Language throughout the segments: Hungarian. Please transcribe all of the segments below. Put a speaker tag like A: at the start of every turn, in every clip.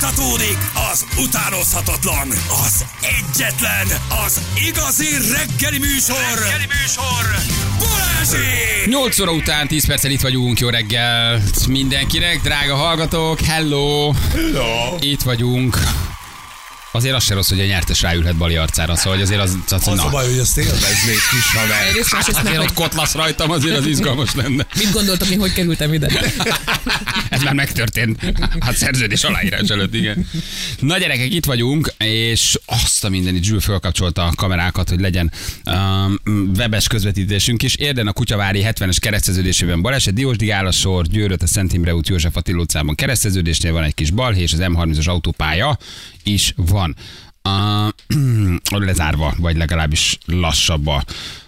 A: Fújtatódik az utánozhatatlan, az egyetlen, az igazi reggeli műsor. Reggeli műsor. Balázsi!
B: 8 óra után 10 perccel itt vagyunk, jó reggelt mindenkinek, drága hallgatók, hello! Hello! Itt vagyunk. Azért az se rossz, hogy a nyertes ráülhet Bali arcára, szóval hogy azért az... az,
C: Az a baj, hogy ezt élveznék kis haver.
D: Egyrészt
B: Hát
D: másrészt meg,
B: azért ott
D: hogy
B: kotlasz rajtam, azért az izgalmas lenne.
D: mit gondoltok, én hogy kerültem ide?
B: Ez már megtörtént. Hát szerződés aláírás előtt, igen. Na gyerekek, itt vagyunk, és azt a mindenit, Zsül fölkapcsolta a kamerákat, hogy legyen um, webes közvetítésünk is. Érden a Kutyavári 70-es kereszteződésében baleset, Diósdi Álasor, Győröt a Szent Imre út József Attila utcában kereszteződésnél van egy kis balhé, és az M30-as autópálya is van. Uh, lezárva, vagy legalábbis lassabb a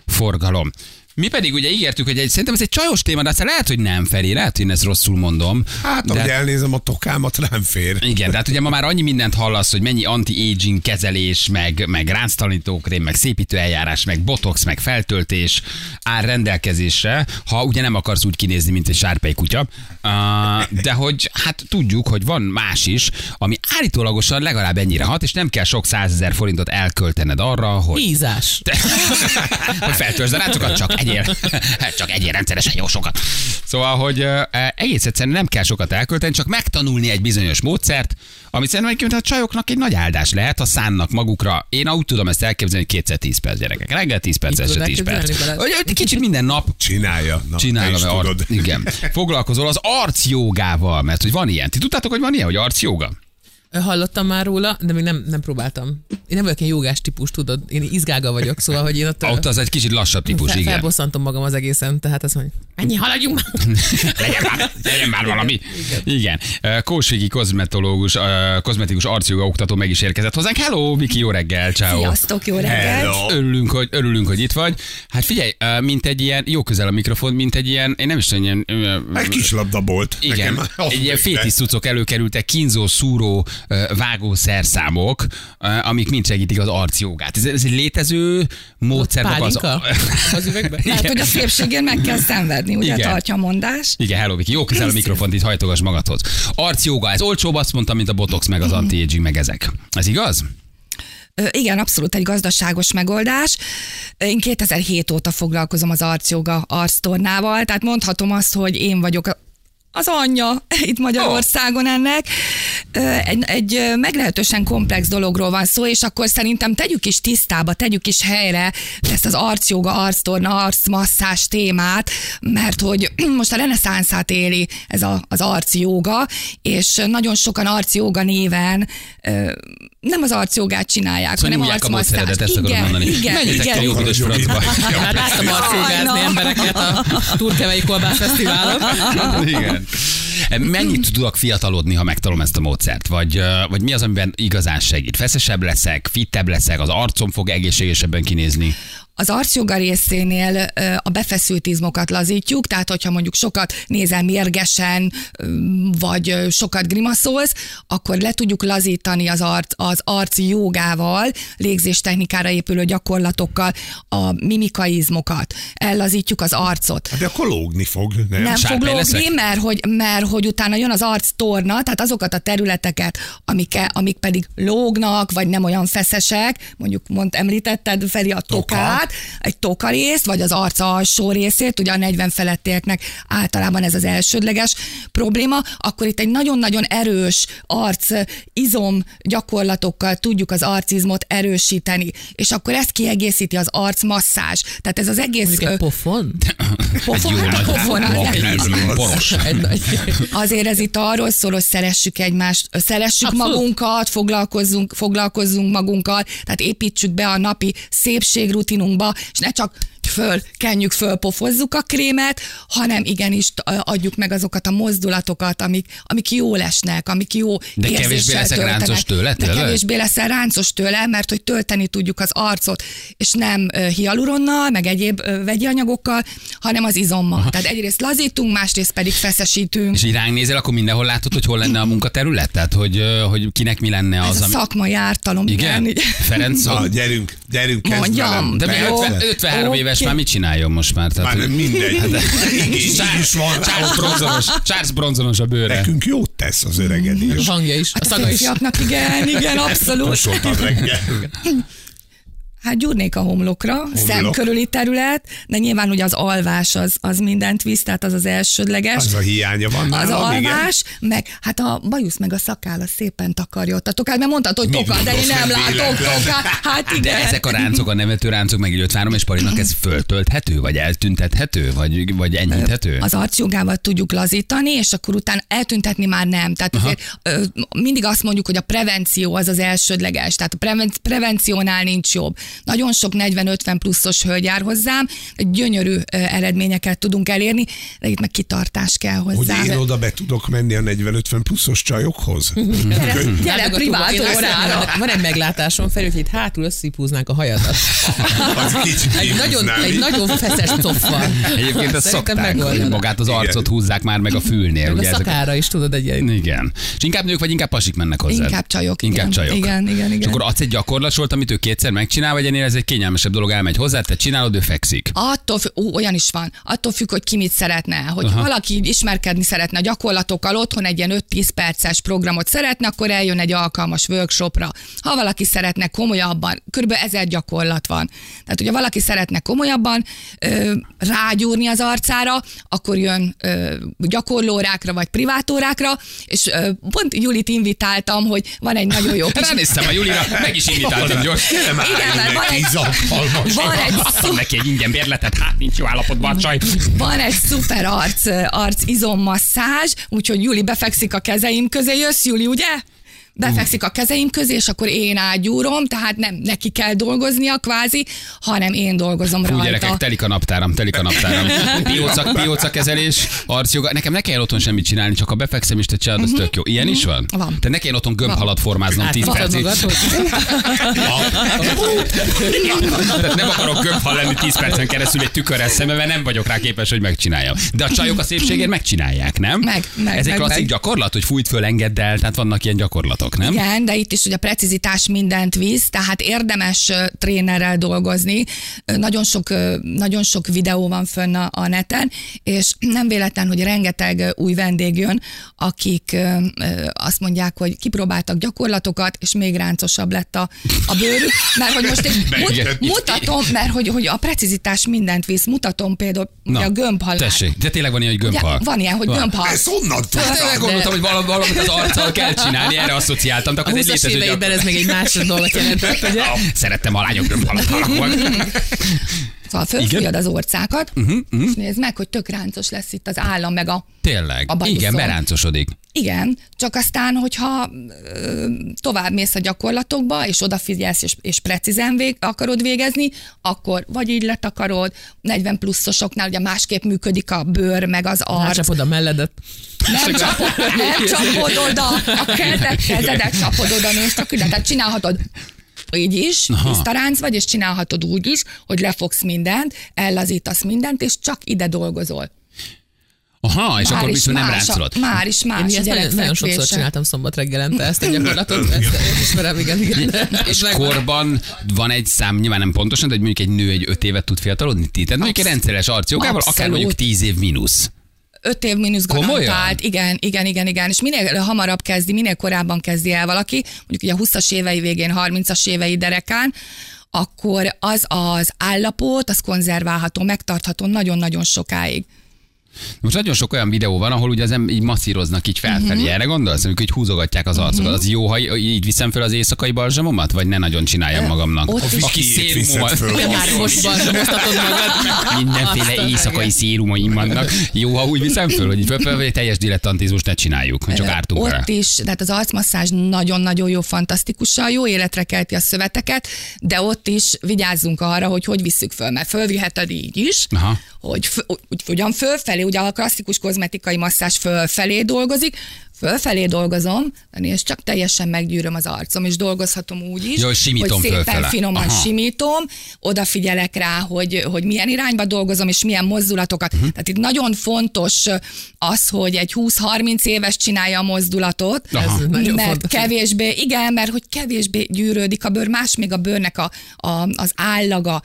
B: forgalom. Mi pedig ugye ígértük, hogy egy, szerintem ez egy csajos téma, de aztán lehet, hogy nem, Feri, lehet, hogy én ezt rosszul mondom.
C: Hát, ahogy
B: de,
C: elnézem a tokámat, nem fér.
B: igen, de hát ugye ma már annyi mindent hallasz, hogy mennyi anti-aging kezelés, meg, meg ránctalanítókrém, meg szépítő eljárás, meg botox, meg feltöltés áll rendelkezésre, ha ugye nem akarsz úgy kinézni, mint egy sárpei kutya. Uh, de hogy hát tudjuk, hogy van más is, ami állítólagosan legalább ennyire hat, és nem kell sok százezer forintot elköltened arra, hogy
D: Ízás.
B: hogy feltörzd a ráncokat, csak egyél, Hát csak egyél rendszeresen jó sokat. Szóval, hogy ö, egész egyszerűen nem kell sokat elkölteni, csak megtanulni egy bizonyos módszert, ami szerintem egyébként a csajoknak egy nagy áldás lehet, ha szánnak magukra. Én úgy tudom ezt elképzelni, hogy kétszer 10 perc gyerekek. Reggel 10 perc,
D: Így
B: este
D: tudod
B: 10 perc.
D: elképzelni, Balázs?
B: Hogy Kicsit minden nap
C: Csinálja. Na,
B: Csinálom,
C: te is
B: ar-
C: tudod.
B: igen. Foglalkozol az arcjogával, mert hogy van ilyen. Ti tudtátok, hogy van ilyen, hogy arcjoga?
D: Hallottam már róla, de még nem, nem próbáltam. Én nem vagyok ilyen jogás típus, tudod. Én izgága vagyok, szóval, hogy én ott,
B: Ott az egy kicsit lassabb típus,
D: fel,
B: igen.
D: felbosszantom magam az egészen, tehát azt mondom, mennyi haladjunk már.
B: legyen már, legyen már valami. Igen. Igen. Kósvigi kozmetológus, ö, kozmetikus arcjoga oktató meg is érkezett hozzánk. Hello, Viki, jó reggel, ciao.
E: Sziasztok, jó reggelt!
C: Hello.
B: Örülünk hogy, örülünk, hogy itt vagy. Hát figyelj, ö, mint egy ilyen, jó közel a mikrofon, mint egy ilyen, én nem is tudom, ilyen... ö,
C: Egy kis labdabolt.
B: igen,
C: Nekem az
B: egy ilyen
C: még be.
B: fétiszcucok előkerültek, kínzó, szúró, ö, vágó szerszámok, ö, amik mind segítik az arcjogát. Ez, ez egy létező módszer. maga az-
D: Pálinka? Az üvegben?
E: Lehet, hogy a szépségért meg kell szenvedni, ugye
B: Igen.
E: tartja a mondást.
B: Igen, hello Viki, jó közel a mikrofont, itt hajtogass magadhoz. Arcjoga, ez olcsóbb azt mondtam, mint a botox, meg az anti-aging, meg ezek. Ez igaz? Szóval
E: Ö, Igen, abszolút egy gazdaságos megoldás. Én 2007 óta foglalkozom az arcjoga arctornával, tehát mondhatom azt, hogy én vagyok a- az anyja itt Magyarországon ennek. Ö, Egy, egy ö, meglehetősen komplex dologról van szó, és akkor szerintem tegyük is tisztába, tegyük is helyre ezt az arcjoga, arctorna, arcmasszás témát, mert hogy most a reneszánszát éli ez a, az arcjoga, és nagyon sokan arcjoga néven ö, nem az arcjogát csinálják,
B: Szóval
E: hanem
B: nyúlják a módszeredet, ezt
E: arcmasszást.
B: akarod
E: Igen,
B: mondani.
E: igen,
B: Menjetek ki
E: igen.
B: a jó büdös francba.
D: Már láttam arcjogázni
E: Ajna.
D: embereket a Turkevei Kolbász Fesztiválon.
B: Igen. Mennyit tudok fiatalodni, ha megtalom ezt a módszert? Vagy, ö, vagy mi az, amiben igazán segít? Feszesebb leszek, fittebb leszek, az arcom fog egészségesebben kinézni.
E: Az arcjoga részénél ö, a befeszült izmokat lazítjuk, tehát hogyha mondjuk sokat nézel mérgesen, ö, vagy ö, sokat grimaszolsz, akkor le tudjuk lazítani az, arc, az arci jogával, légzéstechnikára épülő gyakorlatokkal a mimikai izmokat. Ellazítjuk az arcot.
C: Hát De akkor lógni fog, nem?
E: Nem fog
B: sárkány
E: lógni,
B: leszek?
E: mert hogy, mert hogy utána jön az arctorna, tehát azokat a területeket, amik, amik pedig lógnak, vagy nem olyan feszesek, mondjuk mond, említetted Feri a tokát, egy toka részt, vagy az arc alsó részét, ugye a 40 felettieknek általában ez az elsődleges probléma, akkor itt egy nagyon-nagyon erős arc izom gyakorlatokkal tudjuk az arcizmot erősíteni, és akkor ezt kiegészíti az arcmasszázs. Tehát ez az egész
D: Mondjuk
E: ö,
D: egy pofon?
E: pofon,
B: Jó
E: hát a
B: nagy
E: pofon, az egész.
B: magnézium, poros.
D: Egy nagy...
E: Azért ez itt arról szól, hogy szeressük egymást, ö, szeressük
D: Abszolút.
E: magunkat, foglalkozzunk, foglalkozzunk magunkkal, tehát építsük be a napi szépségrutinunkba, és ne csak föl, kenjük föl, pofozzuk a krémet, hanem igenis t- ö, adjuk meg azokat a mozdulatokat, amik, amik jól esnek, amik jó
B: De kevésbé
E: érzéssel
B: leszek
E: töltenek.
B: ráncos tőle,
E: De
B: tényleg?
E: kevésbé leszel ráncos tőle, mert hogy tölteni tudjuk az arcot, és nem ö, hialuronnal, meg egyéb ö, vegyi anyagokkal, hanem az izommal. Tehát egyrészt lazítunk, másrészt pedig feszesítünk.
B: És így ránk nézel, akkor mindenhol látod, hogy hol lenne a munkaterület? Tehát, hogy, ö, hogy kinek mi lenne az,
E: Ez a
B: ami...
E: szakmai ártalom, igen.
B: Igen? Ferenc,
C: Na, gyerünk, gyerünk, kezd
E: Mondjam.
C: velem.
B: De még
E: Persze.
B: 50, 53
E: Ó,
B: éves Guterres már mit csináljon most már? Tehát,
C: Már nem mindegy. Hát, így is van rá.
B: Charles bronzonos, Charles bronzonos a bőre.
C: Nekünk jót tesz az öregedés.
D: A hangja is, a
E: Hát a
D: szaga is.
E: férfiaknak igen, igen, abszolút.
C: Kosoltam reggel.
E: Hát gyúrnék a homlokra, Homlok. szem körüli terület, de nyilván ugye az alvás az, az mindent visz, tehát az az elsődleges.
C: Az a hiánya van
E: az
C: nálam, igen.
E: alvás, meg hát a bajusz meg a szakála szépen takarja ott a tokát, mert mondtad, hogy
C: Mi
E: toka, de én
C: mondasz,
E: nem
C: hogy
E: látok
C: véletlen?
E: tokát. Hát igen.
B: De ezek a ráncok, a nevető ráncok, meg egy 53 és parinak ez föltölthető, vagy eltüntethető, vagy, vagy enyhíthető?
E: Hát, Az arcjogával tudjuk lazítani, és akkor utána eltüntetni már nem. Tehát azért, ö, mindig azt mondjuk, hogy a prevenció az az elsődleges, tehát a preven- prevenciónál nincs jobb. Nagyon sok 40-50 pluszos hölgy jár hozzám, gyönyörű ö, eredményeket tudunk elérni, de itt meg kitartás kell
C: Hogy
E: hozzá.
C: én oda be tudok menni a 40-50 pluszos csajokhoz?
B: Mhm.
E: Gyere, gyere
D: Támogatóba.
E: privát
D: Én azt
E: órára.
D: mondom, Van egy meglátásom, Feri, hogy itt hátul összipúznánk a hajadat.
C: Az kicsit
D: Egy nagyon,
C: kihúznám
D: egy
C: így.
D: nagyon feszes coffa.
B: Egyébként ezt
D: Szerintem
B: szokták, hogy
D: megoldaná.
B: magát az arcot húzzák már meg a fülnél.
D: Meg a
B: Ugye ezek
D: szakára is tudod egy ilyen.
B: igen. És inkább nők vagy inkább pasik mennek hozzá?
E: Inkább csajok,
B: Inkább
E: igen.
B: csajok.
E: Igen, igen,
B: És
E: igen.
B: akkor adsz egy gyakorlatsort, amit ő kétszer megcsinál, vagy ennél ez egy kényelmesebb dolog, elmegy hozzá, te csinálod, ő fekszik.
E: Attól függ, ó, olyan is van, attól függ, hogy ki mit szeretne. Hogy valaki így ismerkedni szeretne a gyakorlatokkal, otthon egy ilyen 5-10 perces programot szeretne, akkor eljön egy alkalmas workshopra. Ha valaki szeretne komolyabban, kb. ezer gyakorlat van. Tehát, hogyha valaki szeretne komolyabban ö, rágyúrni az arcára, akkor jön ö, gyakorlórákra vagy privátórákra, és ö, pont Julit invitáltam, hogy van egy nagyon jó kis
B: Ránéztem a Julira, meg is invitáltam gyors.
E: Igen, mert van egy, van egy
B: Adtam neki egy ingyen bérletet, hát nincs jó állapotban a csaj.
E: Van egy szuper arc, arc izommasszázs, úgyhogy Juli befekszik a kezeim közé, jössz Juli, ugye? Befekszik a kezeim közé, és akkor én ágyúrom, tehát nem neki kell dolgoznia kvázi, hanem én dolgozom
B: Fú,
E: rajta.
B: gyerekek, telik a naptáram, telik a naptáram. Pióca, pióca kezelés, arcjoga. Nekem ne kelljen otthon semmit csinálni, csak ha befekszem és te csinálod, az tök jó. Ilyen is van?
E: Mhm. Van.
B: Te ne kelljen otthon gömbhalat formáznom 10
D: Tudod
B: percig.
D: Hát,
B: Hát,
D: magad, hogy
B: Tehát nem akarok gömbhal lenni 10 percen keresztül egy tükörrel szembe, mert nem vagyok rá képes, hogy megcsináljam. De a csajok a szépségért megcsinálják, nem?
E: Meg, meg,
B: Ez egy
E: meg,
B: klasszik
E: meg.
B: gyakorlat, hogy fújt föl, engedd el, tehát vannak ilyen gyakorlatok, nem?
E: Igen, de itt is ugye a precizitás mindent visz, tehát érdemes ö, trénerrel dolgozni. Ö, Nagyon sok, ö, nagyon sok videó van fönn a, a neten, és nem véletlen, hogy rengeteg ö, új vendég jön, akik ö, ö, azt mondják, hogy kipróbáltak gyakorlatokat, és még ráncosabb lett a, a bőrük, mert hogy most én mut,
B: Megjeleníteni.
E: mutatom, mert hogy, hogy a precizitás mindent visz, mutatom például ugye a gömbhalát.
B: Tessék, de tényleg van ilyen, hogy
E: Ugye,
B: gömbhal.
E: van ilyen, hogy gömbhal.
C: Ezt honnan
B: Hát
C: tudtam?
B: tényleg gondoltam, hogy valam- valamit az arccal kell csinálni, erre asszociáltam, de
D: a
B: akkor ez egy
D: 20-as
B: létező
D: éveiben
B: gyakorlat.
D: ez még egy másik dolgot jelentett, ugye?
B: Szerettem a lányok gömbhalat
E: Szóval fölfújod az orcákat, uh-huh, uh-huh. és nézd meg, hogy tök ráncos lesz itt az állam, meg a
B: Tényleg.
E: A bajuszon.
B: Igen, beráncosodik.
E: igen, csak aztán, hogyha ö, tovább mész a gyakorlatokba, és odafigyelsz, és, és precízen vég, akarod végezni, akkor vagy így letakarod, 40 pluszosoknál ugye másképp működik a bőr, meg az arc.
D: Rácsapod a melledet.
E: Nem csapod, nem csapod oda, a kezed, kezedet csapod oda, nézd csak ide, tehát csinálhatod így is, tiszta ránc vagy, és csinálhatod úgy is, hogy lefogsz mindent, ellazítasz mindent, és csak ide dolgozol.
B: Aha, és akkor
E: is
B: viszont nem
E: más a-
B: ráncolod.
E: Már is
D: Én
E: más. a
D: ezt nagyon, nagyon
E: gyerekfekvése.
D: sokszor csináltam szombat reggelente ezt a gyakorlatot, ezt, ezt ismerem, igen, igen.
B: És
D: Meg-
B: korban van egy szám, nyilván nem pontosan, de hogy mondjuk egy nő egy öt évet tud fiatalodni, ti? Tehát mondjuk egy rendszeres arcjogával, akár
E: Abszolút.
B: mondjuk tíz év mínusz.
E: Öt év mínusz
B: Komolyan?
E: garantált, igen, igen, igen, igen. És minél hamarabb kezdi, minél korábban kezdi el valaki, mondjuk ugye a 20-as évei végén, 30-as évei derekán, akkor az az állapot, az konzerválható, megtartható nagyon-nagyon sokáig.
B: Most nagyon sok olyan videó van, ahol ugye az em- így masszíroznak így felfelé.
E: Mhm.
B: Erre gondolsz, amikor így húzogatják az arcokat? Az jó, ha í- így viszem fel az éjszakai balzsamomat, vagy ne nagyon csináljam magamnak?
E: ott is-
B: Aki
C: Viszed föl.
B: szérumot.
D: Te már most balzsamoztatod magad.
B: Mindenféle
D: Aztán
B: éjszakai
D: igen.
B: szérumaim vannak. Jó, ha úgy viszem föl, hogy így föl, föl, vagy teljes dilettantizmus ne csináljuk, mert csak ártunk
E: Ott
B: rá.
E: is, tehát az arcmasszázs nagyon-nagyon jó, fantasztikusan jó, életre kelti a szöveteket, de ott is vigyázzunk arra, hogy hogy visszük föl, mert fölviheted így is,
B: Aha.
E: hogy f- úgy, ugyan fölfelé, ugye a klasszikus kozmetikai masszázs fölfelé dolgozik, fölfelé dolgozom, és csak teljesen meggyűröm az arcom, és dolgozhatom úgy is,
B: Jó, hogy simítom
E: hogy szépen
B: fölfele.
E: finoman
B: Aha.
E: simítom, odafigyelek rá, hogy, hogy milyen irányba dolgozom, és milyen mozdulatokat.
B: Mhm.
E: Uh-huh. Tehát itt nagyon fontos az, hogy egy 20-30 éves csinálja a mozdulatot,
B: Aha.
D: Ez nagyon
E: mert
D: fontos.
E: kevésbé, igen, mert hogy kevésbé gyűrődik a bőr, más még a bőrnek a, a, az állaga,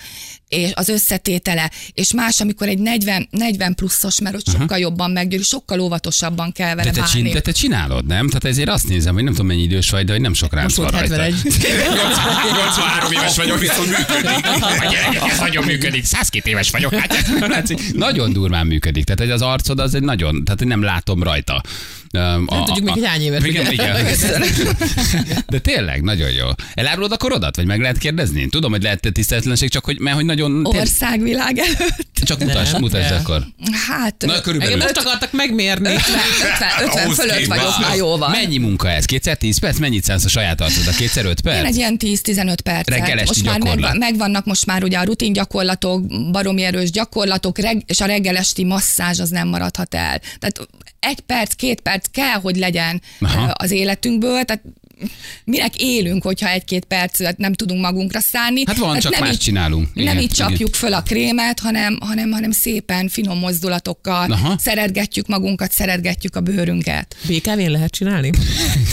E: és az összetétele, és más, amikor egy 40, 40 pluszos, mert ott sokkal jobban meggyűrű, sokkal óvatosabban kell
B: Mhm. De
E: vele
B: te, csin,
E: bánni.
B: de te csinálod, nem? Tehát ezért azt nézem, hogy nem tudom mennyi idős vagy, de hogy nem sok ránc
D: Most
B: van
D: volt
B: rajta.
D: 71.
B: 83 éves vagyok, viszont működik. A gyerekek, ez nagyon működik. 102 éves vagyok. Hát, ez látszik. nagyon durván működik. Tehát hogy az arcod az egy nagyon, tehát én nem látom rajta. Nem
D: tudjuk még, hogy hány éves
B: Igen,
D: vagy.
B: igen. De tényleg, nagyon jó. Elárulod a korodat, vagy meg lehet kérdezni? Tudom, hogy lehet te tiszteletlenség, csak hogy, mert hogy nagyon... tény-
E: Országvilág előtt.
B: Csak mutasd,
D: Nem,
B: mutasd
D: nem.
B: akkor.
E: Hát,
B: Na, körülbelül.
D: Engem most akartak megmérni.
E: 50, 50 fölött vagyok már jóval.
B: Mennyi munka ez? Kétszer 10 perc? Mennyit szánsz a saját arcodra? Kétszer 5
E: Én
B: perc?
E: egy ilyen 10-15 perc.
B: Reggel esti
E: most már
B: gyakorlat.
E: megvan, megvannak most már ugye a rutin gyakorlatok, baromi erős gyakorlatok, reg, és a reggelesti masszázs az nem maradhat el. Tehát egy perc, két perc kell, hogy legyen
B: Aha.
E: Aha. az életünkből, tehát minek élünk, hogyha egy-két percet nem tudunk magunkra szállni.
B: Hát van,
E: Tehát
B: csak
E: nem
B: más
E: így,
B: csinálunk.
E: Nem
B: Igen,
E: így
B: igen.
E: csapjuk föl a krémet, hanem, hanem, hanem szépen, finom mozdulatokkal
B: Aha.
E: Aha. szeretgetjük magunkat, szeretgetjük a bőrünket.
D: BKV-n lehet csinálni?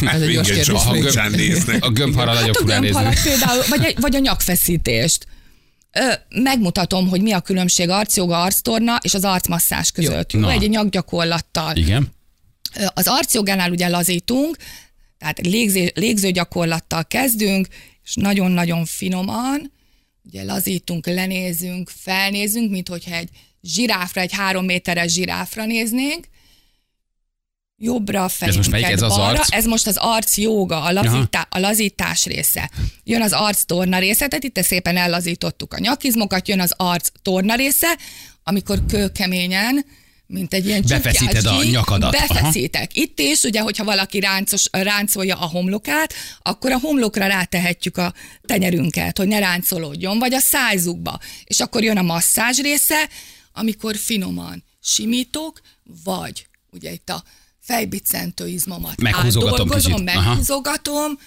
D: Ez egy gyors
C: Igen,
D: kérdés.
C: csak
B: még.
C: furcsán néznek.
B: A gömbhalad
E: Hát
B: nagyon
E: a
B: furán nézni.
E: gömbhalat például, vagy, egy- vagy a nyakfeszítést. Ö, megmutatom, hogy mi a különbség arcjoga, arctorna és az arcmasszás között. Jó,
B: na.
E: egy nyakgyakorlattal.
B: Igen.
E: Ö, Az arcjogánál ugye lazítunk, tehát légző, légző gyakorlattal kezdünk, és nagyon-nagyon finoman, ugye lazítunk, lenézünk, felnézünk, mint hogyha egy zsiráfra, egy három méteres zsiráfra néznénk, jobbra fejünket,
B: most melyik? Ez az
E: balra.
B: arc?
E: Ez most az arc jóga, a, lazítá, a lazítás része. Jön az arc torna része, tehát itt szépen ellazítottuk a nyakizmokat, jön az arc torna része, amikor kőkeményen, mint egy ilyen
B: Befeszíted
E: csukjácski,
B: a nyakadat. Aha.
E: Befeszítek. Itt is, ugye, hogyha valaki ráncos, ráncolja a homlokát, akkor a homlokra rátehetjük a tenyerünket, hogy ne ráncolódjon, vagy a szájzukba. És akkor jön a masszázs része, amikor finoman simítok, vagy ugye itt a fejbicentő izmomat
B: Meghúzogatom
E: átdolgozom,
B: kicsit. Aha.
E: meghúzogatom,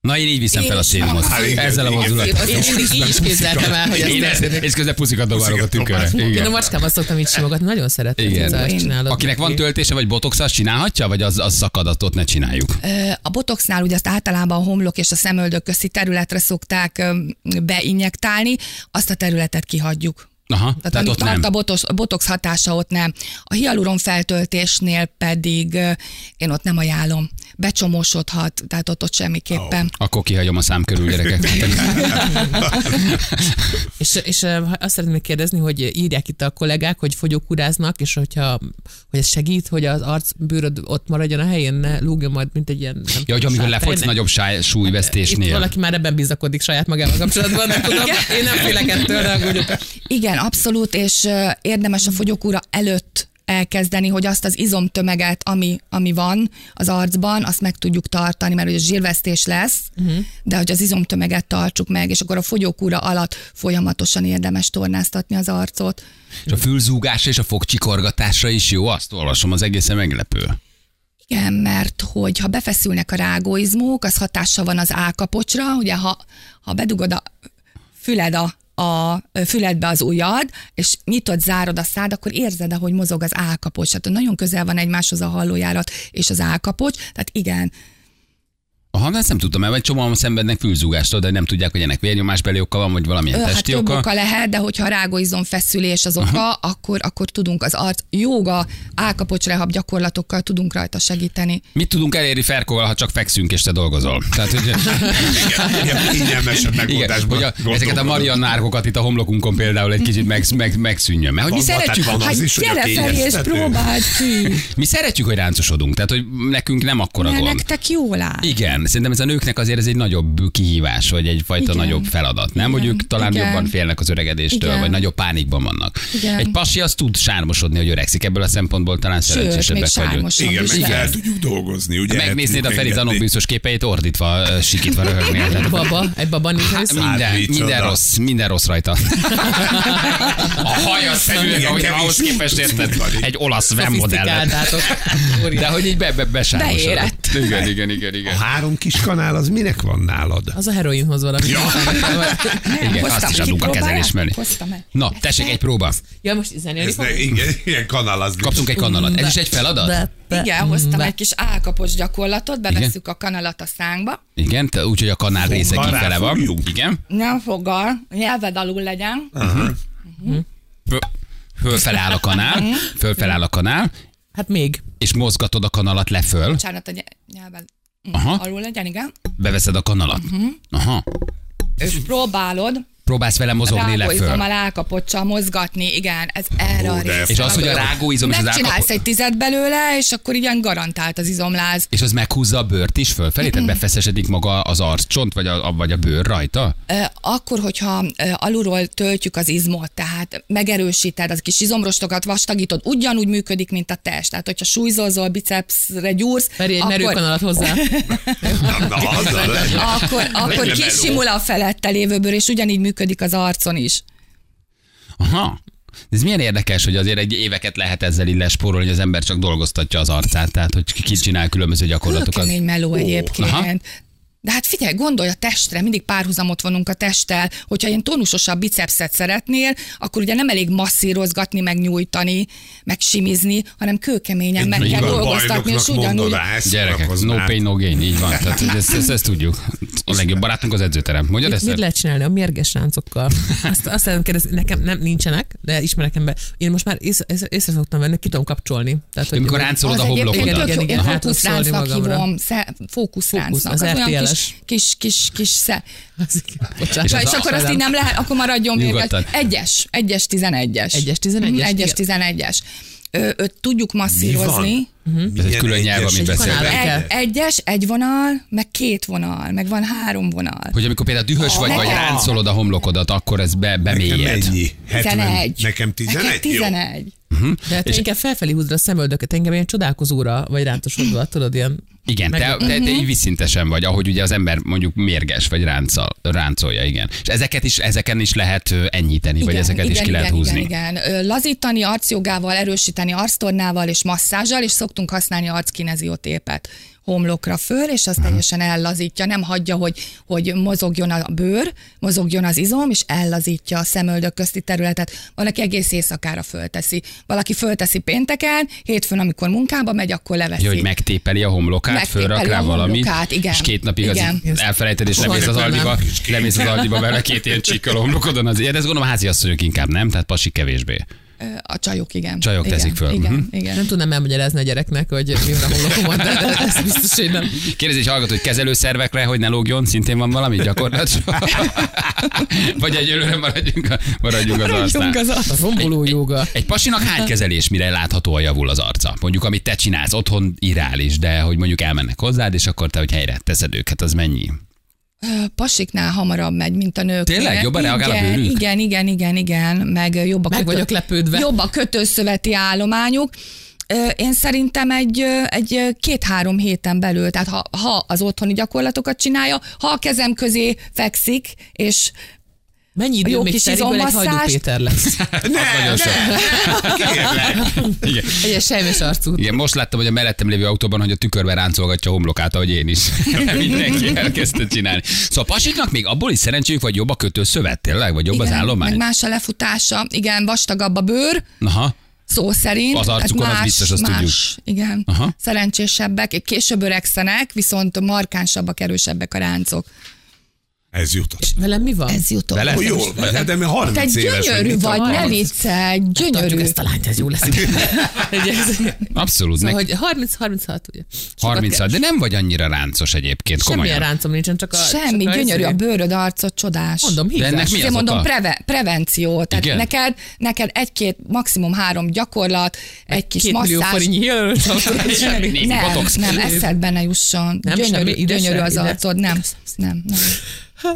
B: Na, én így viszem
E: Én
B: fel a
E: is.
B: szívumot.
E: Hát
C: igen,
B: Ezzel a
C: igen.
B: mozdulatot.
D: Én mindig így is képzeltem el, hogy ez
B: Én ezt,
D: történik.
B: és közben puszikat dobálok a
C: Puszikat
B: tükörre.
C: dobálsz.
D: Én a
B: Igen.
D: macskában szoktam így simogatni, nagyon szeretem,
B: Igen.
D: hogy ezt
E: Én-
D: csinálod.
B: Akinek van töltése vagy botox, azt csinálhatja, vagy az, az szakadatot ne csináljuk?
E: Ö, A botoxnál ugye azt általában a homlok és a szemöldök közti területre szokták ö, beinjektálni, azt a területet kihagyjuk.
B: Aha,
E: Tehát,
B: tehát
E: tehát
B: ott
E: tart
B: nem.
E: a botos, a botox hatása, ott nem. A hialuron feltöltésnél pedig ö, én ott nem ajánlom. Becsomósodhat, tehát ott, ott semmiképpen.
B: Akkor kihagyom a szám körül, gyerekek.
D: És, és ö, ha- azt szeretném még kérdezni, hogy írják itt a kollégák, hogy fogyókúráznak, és hogyha, hogy ez segít, hogy az arcbőröd ott maradjon a helyén, ne lúgjon majd, mint egy ilyen... nem
B: Ja, hogy
D: tudom,
B: amikor
D: sáv-
B: lefogysz
D: Ennek-
B: nagyobb sáj,
D: Itt
B: súlyvesztésnél.
D: valaki már ebben bizakodik saját magával kapcsolatban, nem tudom. Én nem félek ettől, de aggódjuk.
E: Igen, abszolút, és ö, érdemes a fogyókúra előtt elkezdeni, hogy azt az izomtömeget, ami, ami van az arcban, azt meg tudjuk tartani, mert ugye zsírvesztés lesz,
B: Mhm.
E: uh-huh. de hogy az izomtömeget tartsuk meg, és akkor a fogyókúra alatt folyamatosan érdemes tornáztatni az arcot.
B: És a fülzúgásra és a fogcsikorgatásra is jó, azt olvasom, az egészen meglepő.
E: Igen, mert hogy ha befeszülnek a rágóizmok, az hatása van az állkapocsra, ugye ha, ha bedugod a füled a a füledbe az ujjad, és nyitott zárod a szád, akkor érzed, ahogy mozog az állkapocs. Tehát nagyon közel van egymáshoz a hallójárat és az állkapocs. Tehát igen,
B: Aha, de ezt nem tudtam, mert egy csomóan szenvednek fülzúgástól, de nem tudják, hogy ennek vérnyomásbeli oka van, vagy valamilyen
E: Ö, hát
B: testi
E: több
B: oka.
E: oka lehet, de hogyha a rágóizom feszülés az oka, akkor, akkor tudunk az arc jóga, állkapocs rehab gyakorlatokkal tudunk rajta segíteni.
B: Mit tudunk elérni Ferkóval, ha csak fekszünk és te dolgozol? Tehát, hogy,
C: Ilyen kényelmesebb
B: igen,
C: megoldásban
B: hogy a, ezeket a mariannárkokat itt a homlokunkon például egy kicsit meg, meg, megszűnjön. Mert hogy mi,
C: Van-
B: szeret,
E: Szeretjük,
C: van az
E: hát
C: is, hogy a
E: gyere felé és
C: kényeztető.
E: próbáld ki!
B: mi szeretjük, hogy ráncosodunk, tehát hogy nekünk nem akkora
E: Mert
B: gond.
E: nektek jól áll.
B: Igen, talán, szerintem ez a nőknek azért ez egy nagyobb kihívás, vagy egyfajta
E: Igen.
B: nagyobb feladat, nem? hogy
E: Igen.
B: ők talán
E: Igen.
B: jobban félnek az öregedéstől,
E: Igen.
B: vagy nagyobb pánikban vannak.
E: Igen.
B: Egy pasi az tud sármosodni, hogy öregszik, ebből a szempontból talán
E: Sőt, még
B: szerencsésebbek vagyunk.
E: sármosabb
C: Igen,
E: is
C: meg
E: lehet.
C: fel tudjuk dolgozni, ugye? el
B: Megnéznéd a
C: tudjuk
B: Feri
C: engedni.
B: tanúbiztos képeit, ordítva, ö, sikítva röhögnél. Tehát
D: Baba, egy baba
B: Hát,
D: nősz.
B: minden,
C: Micsoda.
B: minden rossz, minden rossz rajta. A haja szemüveg,
C: Igen,
B: ahogy
C: kevés
B: ahhoz képest érted, egy olasz vemmodell.
D: Szofisztikáltátok.
B: De hogy így be, be, besármosodott.
E: Beérett.
B: Igen, igen, igen,
C: A
B: igen.
C: három kis kanál az minek van nálad?
D: Az a heroinhoz valami.
C: Ja.
E: Nem,
B: Igen,
E: hoztam,
B: azt is a
E: kipróbálják?
B: duga kezel ismerni.
E: Hoztam el.
B: Na, tessék egy próba.
D: ja, most zenélni
C: Ez
D: fog?
C: ne, igen, ilyen kanál az.
B: Kaptunk egy kanalat. Ez is egy feladat?
E: Igen, hoztam egy kis állkapos gyakorlatot, bevesszük a kanalat a szánkba.
B: Igen, te- úgyhogy a kanál része
C: Foggal
B: kifele van.
C: ráfújjuk.
B: Igen.
E: Nem fogal, nyelved alul legyen.
C: Ah.
B: Föl- Fölfele áll a kanál,
E: Mhm.
B: fölfele áll a kanál,
D: Hát még.
B: és mozgatod a kanalat leföl,
E: Bocsánat, a nye- nyelved mm,
B: Aha.
E: alul legyen, igen.
B: beveszed a kanalat.
E: Mhm.
B: Aha.
E: És próbálod
B: Próbálsz vele mozogni leföl.
E: rágóizommal állkapocsal mozgatni, igen, ez erre
C: Ó,
E: a
C: de
E: rész.
B: És az, hogy a rágóizom és az
E: Megcsinálsz
B: állkapó...
E: egy tizet belőle, és akkor igen, garantált az izomláz.
B: És az meghúzza a bőrt is fölfelé, tehát befeszesedik maga az arccsont, vagy a, a- vagy a bőr rajta?
E: Ö, Akkor, hogyha ö, alulról töltjük az izmot, tehát megerősíted az kis izomrostokat, vastagítod, ugyanúgy működik, mint a test. Tehát, hogyha súlyzolzol, bicepsre gyúrsz,
D: Feri, egy merőkanalat hozzá.
C: Na, na, azzal lehet.
E: akkor, akkor
C: Legyen
E: kisimul a felette lévőből, és ugyanígy működik az arcon is.
B: Aha. De ez milyen érdekes, hogy azért egy éveket lehet ezzel így lespórolni, hogy az ember csak dolgoztatja az arcát, tehát hogy ki- ki csinál különböző gyakorlatokat.
E: Kemény meló egyébként.
B: Aha.
E: De hát figyelj, gondolj a testre, mindig párhuzamot vonunk a testtel. Hogyha ilyen tónusosabb bicepszet szeretnél, akkor ugye nem elég masszírozgatni, meg nyújtani, meg simizni, hanem kőkeményen meg kell
C: Igaz,
E: dolgoztatni, és
C: bajnoknak
E: ugyanúgy
C: mondod, á, ezt
B: Gyerekek,
C: szórakozz
B: no
C: már.
B: pain, no gain, így van. Tehát hogy ezt, ezt, ezt tudjuk. A legjobb barátunk az edzőterem. Mondjad
D: Mit,
B: ezt?
D: mit lehet csinálni a mérges ráncokkal? Azt, azt szeretném kérdezni, nekem nem, nincsenek, de ismerek ember. Én most már észre, észre, észre szoktam venni, ki tudom kapcsolni. Tehát, hogy
B: Amikor ráncolod a
E: Az egyébként
B: homlokodat.
E: tök jó, Én
D: Igen, igen,
E: fókuszráncnak
D: hátul szórni
E: hívom, sze- fókuszráncnak.
D: Fókusz, az
E: Az olyan
D: RTL-es.
E: kis, kis, kis, kis sze...
D: Az igen. Bocsánat.
B: És
E: Ja,
B: az
E: és
B: a-
E: akkor azt így nem lehet, akkor maradjon még
B: Nyugodtan.
E: egy- egyes, egyes, tizenegyes.
D: Egyes, tizenegyes?
E: Mhm, Egyes,
D: Igen.
E: tizenegyes. Ö, Öt tudjuk
C: Mi
E: masszírozni.
B: Ez egy külön
C: Milyen
B: nyelv,
C: egyes
B: amit
C: egy
B: beszélünk.
D: kanál.
E: Mhm. Egy,
D: Kell.
E: egyes, egy vonal, meg két vonal, meg van három vonal.
B: Hogy amikor például dühös vagy, vagy
E: Nekem-
B: ráncolod a homlokodat, akkor ez be,
C: Nekem
B: bemélyed.
C: ennyi. 70.
E: 11.
C: Nekem 11?
E: Nekem
C: Jó.
E: 11.
D: De te inkább felfelé húzod a szemöldöket, engem ilyen csodálkozóra, vagy rántosodva, tudod, ilyen...
B: Igen, te, te,
E: Mhm.
B: te így viszintesen vagy, ahogy ugye az ember mondjuk mérges, vagy ráncol, ráncolja, igen. És ezeket is, ezeken is lehet ö, enyhíteni, vagy ezeket is ki lehet
E: igen,
B: húzni.
E: Igen, igen. Ö, Lazítani arcjogával, erősíteni arctornával és masszázsal, és szoktunk használni arckineziotépet homlokra föl, és azt teljesen ellazítja, nem hagyja, hogy, hogy mozogjon a bőr, mozogjon az izom, és ellazítja a szemöldök közti területet. Valaki egész éjszakára fölteszi. Valaki fölteszi pénteken, hétfön, amikor munkába megy, akkor leveszi.
B: Ja, hogy megtépeli a homlokát,
E: Megtépeli
B: fölrak
E: a
B: rá valamit,
E: homlokát, igen.
B: és két napig az
E: Igen.
B: elfelejted, és lemész az
D: Soha
B: aldiba,
D: nem.
B: lemész az aldiba vele két ilyen csíkkal a homlokodon. Az, de ez gondolom háziasszonyok inkább, nem? Tehát pasi kevésbé.
E: Ö, A csajok, igen.
B: Csajok
E: igen,
B: teszik föl.
E: Igen,
B: Mhm.
E: igen.
D: Nem tudnám elmagyarázni a gyereknek, hogy mi van a homlokomon, de ez biztos, hogy nem.
B: Kérdezi egy hallgató, hogy kezelőszervekre, hogy ne lógjon, szintén van valami gyakorlat? Vagy egyelőre maradjunk, a, maradjunk az arcnál.
D: A romboló joga.
B: Egy pasinak hány kezelés, mire látható a javul az arca? Mondjuk, amit te csinálsz, otthon irális, de hogy mondjuk elmennek hozzád, és akkor te, hogy helyre teszed őket, az mennyi?
E: Ö, Pasiknál hamarabb megy, mint a nők.
B: Tényleg? Jobban reagál a
E: igen,
B: bőrük?
E: igen, igen, igen, igen, meg ö, jobb a
D: Meg vagyok lepődve.
E: Jobb a kötőszöveti állományuk. Ö, Én szerintem egy, ö, egy ö, két-három héten belül, tehát ha, ha az otthoni gyakorlatokat csinálja, ha a kezem közé fekszik, és
D: Mennyi idő
E: Jó
D: még
E: kis
D: Feriből egy
E: izommasszázs.
D: Hajdú Péter lesz?
B: Ne, nagyon sok. Igen.
D: Egy ilyen sejmes arcú.
B: Igen, most láttam, hogy a mellettem lévő autóban, hogy a tükörbe ráncolgatja a homlokát, ahogy én is. Mindenki elkezdte csinálni. Szóval a pasiknak még abból is szerencséjük, vagy jobb a kötőszövet, tényleg, vagy jobb
E: igen,
B: az
E: meg
B: állomány.
E: más a lefutása, igen, vastagabb a bőr,
B: Aha.
E: szó szerint.
B: Az arcukon az
E: Tehát
B: biztos, azt
E: más,
B: tudjuk.
E: Igen,
B: Aha.
E: Aha. szerencsésebbek, később öregszenek, viszont markánsabbak, erősebbek a ráncok.
C: Ez jutott.
D: Velem mi van?
E: Ez jutott.
C: Ó, jól vagy, hát de mi
E: Te
C: 30 éves
E: gyönyörű
C: mit
E: vagy,
C: akarsz?
E: ne viccelj,
D: Tartjuk
E: gyönyörű.
D: ezt a lányt, ez jó lesz. Egy ez-
B: Abszolút.
D: szóval,
B: Szóval,
D: hogy 30-36, ugye? Sokat
B: 30
D: kell-
B: de nem vagy annyira ráncos egyébként,
D: Semmilyen
B: komolyan.
D: ráncom nincsen, csak a...
E: Semmi,
D: csak
E: gyönyörű a
D: izé-
E: bőröd, arcod, csodás.
D: Mondom,
B: De ennek
D: hívás.
B: mi
E: Ezért
B: az
E: mondom,
B: oka?
E: preve, prevenció. Tehát
B: Igen.
E: neked, neked egy-két, maximum három gyakorlat, egy kis
D: Két millió
E: masszázs.
D: forintnyi jelölőt
B: Semmi.
E: Nem,
B: Botox.
E: nem, eszedbe ne jusson.
D: Nem,
E: Nem, gyönyörű,
D: semmi, ide
E: gyönyörű
D: se,
E: az
D: ide.
E: arcod. Nem, nem, nem.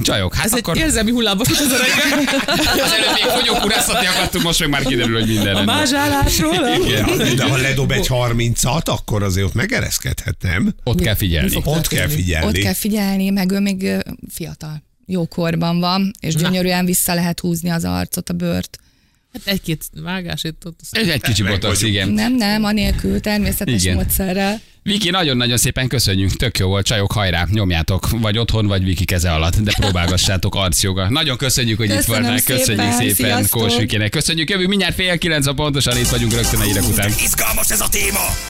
B: Csajok, hát
D: Ez
B: akkor...
D: egy érzelmi hullámba fut az a reggel.
B: Azelőtt még fogyókuráztatni akartunk, most meg már kiderül, hogy minden
D: A
B: rendben.
D: mázsálásról. a-
C: Ja, de ha ledob egy 36, akkor azért ott megereszkedhet, nem?
B: Ott kell figyelni.
D: Mi fog-
C: Ott kell
E: Ott
C: figyelni.
E: kell figyelni, meg ő még ö, fiatal. Jókorban van, és gyönyörűen vissza lehet húzni az arcot, a bőrt.
D: Hát egy-két vágás itt ott.
B: Ez egy kicsi
C: Meg
B: botox,
C: vagyunk.
B: igen.
E: Nem, nem, anélkül, természetes
B: Igen.
E: Igen. módszerrel.
B: Viki, nagyon-nagyon szépen köszönjük, tök jó volt, csajok, hajrá, nyomjátok, vagy otthon, vagy Viki keze alatt, de próbálgassátok arcjoga. Nagyon köszönjük, hogy
E: Köszönöm
B: itt voltál, köszönjük
E: szépen,
B: szépen
E: sziasztok.
B: Kós Vikinek, köszönjük, jövő mindjárt fél kilenc, ha pontosan itt vagyunk rögtön a hírek után.
A: Izgalmas ez a téma!